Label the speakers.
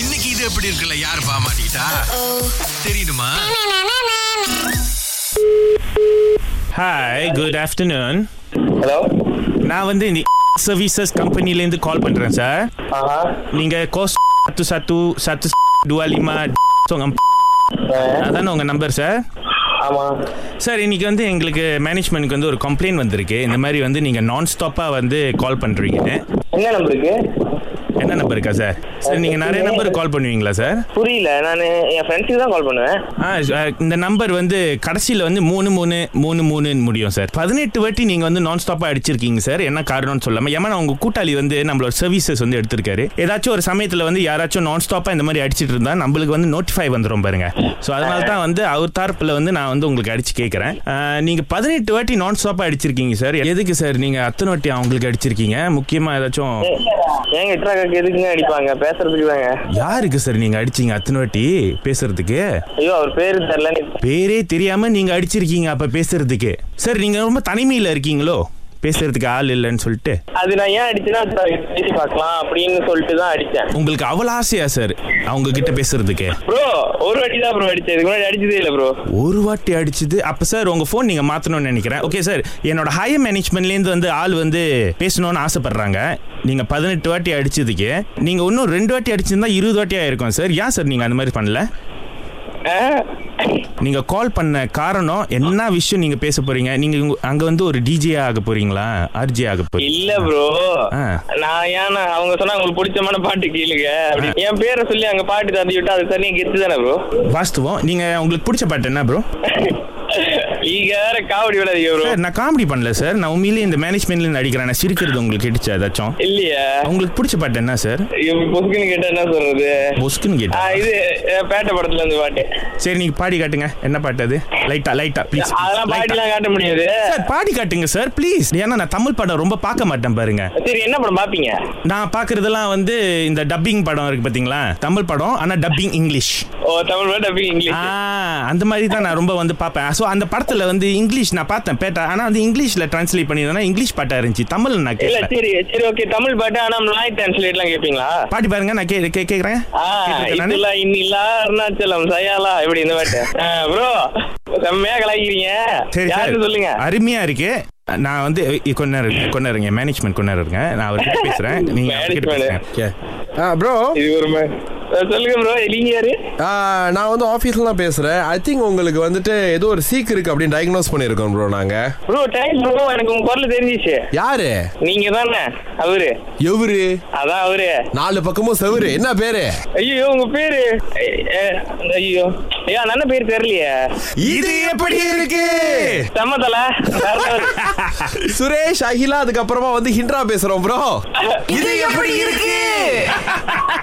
Speaker 1: இன்னைக்கு இது எப்படி இருக்குல்ல யார் பாமாட்டா தெரியுமா
Speaker 2: ஹாய் குட் ஆஃப்டர்நூன்
Speaker 3: ஹலோ
Speaker 2: நான் வந்து இந்த சர்வீசஸ் கம்பெனிலேருந்து கால் பண்ணுறேன் சார்
Speaker 3: ஆஹா
Speaker 2: நீங்கள் கோஸ் சத்து சத்து சத்து டுவாலிமா உங்கள் அதானே உங்கள் நம்பர் சார்
Speaker 3: ஆமாம்
Speaker 2: சார் இன்னைக்கு வந்து எங்களுக்கு மேனேஜ்மெண்ட்க்கு வந்து ஒரு கம்ப்ளைண்ட் வந்திருக்கு இந்த மாதிரி வந்து நீங்கள் நான் ஸ்டாப்பாக வந்து கால் பண்ணுறீங்கன்னு
Speaker 3: என்ன நம்பருக்கு
Speaker 2: என்ன நம்பர் இருக்கா சார் சார் நீங்கள் நிறைய நம்பர் கால் பண்ணுவீங்களா சார்
Speaker 3: புரியல நான் என் ஃப்ரெண்ட்ஸுக்கு தான் கால் பண்ணுவேன்
Speaker 2: ஆ சார், இந்த நம்பர் வந்து கடைசியில் வந்து மூணு மூணு மூணு மூணுன்னு முடியும் சார் பதினெட்டு வாட்டி நீங்கள் வந்து நான் ஸ்டாப்பாக அடிச்சிருக்கீங்க சார் என்ன காரணம்னு சொல்லாமல் ஏமா உங்கள் கூட்டாளி வந்து நம்மளோட சர்வீசஸ் வந்து எடுத்திருக்காரு ஏதாச்சும் ஒரு சமயத்தில் வந்து யாராச்சும் நான் ஸ்டாப்பாக இந்த மாதிரி அடிச்சிட்டு இருந்தால் நம்மளுக்கு வந்து நோட்டிஃபை வந்துடும் பாருங்க ஸோ அதனால தான் வந்து அவர் தரப்பில் வந்து நான் வந்து உங்களுக்கு அடிச்சு கேட்குறேன் நீங்கள் பதினெட்டு வாட்டி நான் ஸ்டாப்பாக அடிச்சிருக்கீங்க சார் எதுக்கு சார் நீங்கள் அத்தனை வாட்டி அவங்களுக்கு அடிச்சிருக்கீங்க முக்கியமாக ஏதாச்சும்
Speaker 3: ஏங்க இட்ராக்காக்கு எதுக்குங்க அடிப்பாங்க பேசுறதுக்கு தாங்க
Speaker 2: யாருக்கு சார் நீங்கள் அடிச்சீங்க அத்தனை வாட்டி பேசுறதுக்கு
Speaker 3: ஐயோ அவர் பேரு தெரில
Speaker 2: பேரே தெரியாம நீங்க அடிச்சிருக்கீங்க அப்ப பேசுறதுக்கு சார் நீங்க ரொம்ப தனிமையில இருக்கீங்களோ பேசுறதுக்கு ஆள் இல்லைன்னு சொல்லிட்டு
Speaker 3: அது நான் ஏன் அடிச்சேன்னா அது பேசி பார்க்கலாம் அப்படின்னு சொல்லிட்டு தான் அடித்தேன்
Speaker 2: உங்களுக்கு அவ்வளோ ஆசையா சார் அவங்க கிட்ட பேசுறதுக்கு
Speaker 3: ப்ரோ ஒரு வாட்டி தான் ப்ரோ அடிச்சேன் இதுக்கு முன்னாடி அடிச்சதே இல்லை ப்ரோ
Speaker 2: ஒரு வாட்டி அடிச்சது அப்ப சார் உங்க ஃபோன் நீங்க மாத்தணும்னு நினைக்கிறேன் ஓகே சார் என்னோட ஹையர் மேனேஜ்மெண்ட்லேருந்து வந்து ஆள் வந்து பேசணும்னு ஆசைப்படுறாங்க நீங்க பதினெட்டு வாட்டி அடிச்சதுக்கு நீங்க இன்னும் ரெண்டு வாட்டி அடிச்சிருந்தா இருபது வாட்டி ஆயிருக்கும் சார் ஏன் சார் நீங்க அந்த மாதிரி பண்ணல நீங்க கால் பண்ண காரணம் என்ன விஷயம் நீங்க பேச போறீங்க நீங்க இங்க- அங்க வந்து ஒரு டிஜே ஆக போறீங்களா ஆர்ஜே ஆக
Speaker 3: இல்ல
Speaker 2: போறீங்க
Speaker 3: ப்ரோ
Speaker 2: ஆ.
Speaker 3: நான் ஏன்னா அவங்க சொன்னா உங்களுக்கு பிடிச்சமான பாட்டு கேளுங்க அப்படி என் பேரை சொல்லி அங்க பாட்டு தந்து விட்டா அது சரியா கெத்து தானே ப்ரோ
Speaker 2: வாஸ்துவம் நீங்க உங்களுக்கு பிடிச்ச பாட்டு என்ன ப்ரோ
Speaker 3: நீங்க வேற காவடி விடாதீங்க ப்ரோ
Speaker 2: சார் நான் காமெடி பண்ணல சார் நான் உண்மையிலேயே இந்த மேனேஜ்மெண்ட்ல இருந்து அடிக்கிறேன் நான் சிரிக்கிறது உங்களுக்கு இடிச்சா ஏதாச்சும்
Speaker 3: இல்லையா
Speaker 2: உங்களுக்கு பிடிச்ச பாட்டு என்ன சார்
Speaker 3: இவன் பொசுக்குன்னு கேட்டா என்ன சொல்றது
Speaker 2: பொஸ்க்குன்னு
Speaker 3: ஆ,
Speaker 2: கேட்டேன்
Speaker 3: இது அஹ், பேட்டை படத்துல இருந்து பாட்டு
Speaker 2: சரி நீங்க பாடி காட்டுங்க என்ன பாட்டு அது லைட்டா லைட்டா ப்ளீஸ்
Speaker 3: அதெல்லாம் பாட்டிலாம் காட்ட முடியாது
Speaker 2: சார் பாடி காட்டுங்க சார் ப்ளீஸ் ஏன்னா நான் தமிழ் படம் ரொம்ப பார்க்க மாட்டேன் பாருங்க
Speaker 3: சரி என்ன படம் பாப்பீங்க
Speaker 2: நான் பார்க்கறதெல்லாம் வந்து இந்த டப்பிங் படம் இருக்கு பாத்தீங்களா தமிழ் படம் ஆனா டப்பிங் இங்கிலீஷ்
Speaker 3: ஓ தமிழ் பாட்டு அப்படி
Speaker 2: ஆ,
Speaker 3: இங்கிலீஷ்
Speaker 2: அந்த மாதிரி தான் நான் ரொம்ப வந்து பார்ப்பேன் ஸோ அந்த படத்துல வந்து இங்கிலீஷ் நான் பார்த்தேன் பேட்டா ஆனா வந்து இங்கிலீஷ்ல டிரான்ஸ்லேட் பண்ணிருந்தேன்னா இங்கிலீஷ் பாட்டா இருந்துச்சு தமிழ்ல நான்
Speaker 3: இல்ல
Speaker 2: கேட்டேன்
Speaker 3: சரி சரி ஓகே தமிழ் பாட்டு ஆனா மலாய் டிரான்ஸ்லேட் எல்லாம் கேப்பீங்களா
Speaker 2: பாட்டி பாருங்க நான் கே கே- கேக்குறேன்
Speaker 3: ஆ
Speaker 2: கேட்டிருக்கேன் நானு.
Speaker 3: இதுல இன்னிலா அருணாச்சலம் சயாலா இப்படி இந்த பாட்டு ப்ரோ செம்மையா கலாய்க்கிறீங்க
Speaker 2: சரி சார்
Speaker 3: யாருன்னு சொல்லுங்க
Speaker 2: அருமையா இருக்கு நான் வந்து இ- கொஞ்ச நேரம் இருங்க, கொஞ்ச நேரம் இருங்க மேனேஜ்மெண்ட் கொஞ்ச நேரம் இருங்க நான் அவர்கிட்ட பேசுறேன் நீங்க அவர்கிட்ட பேசுங்க
Speaker 3: Management.
Speaker 2: Yeah.
Speaker 4: ஆ ப்ரோ
Speaker 3: இது ஒரு ம- அஹ், சொல்லுங்க ப்ரோ நீங்க யாரு
Speaker 4: நான் வந்து ஆஃபீஸ்ல தான் பேசுறேன் ஐ திங்க் உங்களுக்கு வந்துட்டு ஏதோ ஒரு சீக் இருக்கு அப்படின்னு டயக்னோஸ் பண்ணியிருக்கோம் ப்ரோ நாங்க
Speaker 3: ப்ரோ டைம் ப்ரோ எனக்கு உங்க குரல் தெரிஞ்சிச்சு
Speaker 4: யாரு
Speaker 3: நீங்க தானே அவரு
Speaker 4: எவரு
Speaker 3: அதான் அவரு
Speaker 4: நாலு பக்கமும் செவரு என்ன பேரு
Speaker 3: ஐயோ உங்க பேரு ஐ- ஐ- ஐயோ ஐயா நல்ல பேர் தெரியலையே
Speaker 4: இது எப்படி இருக்கு
Speaker 3: சம்மதல
Speaker 4: சுரேஷ் அகிலா அதுக்கப்புறமா வந்து ஹிண்ட்ரா பேசுறோம் ப்ரோ இது எப்படி இருக்கு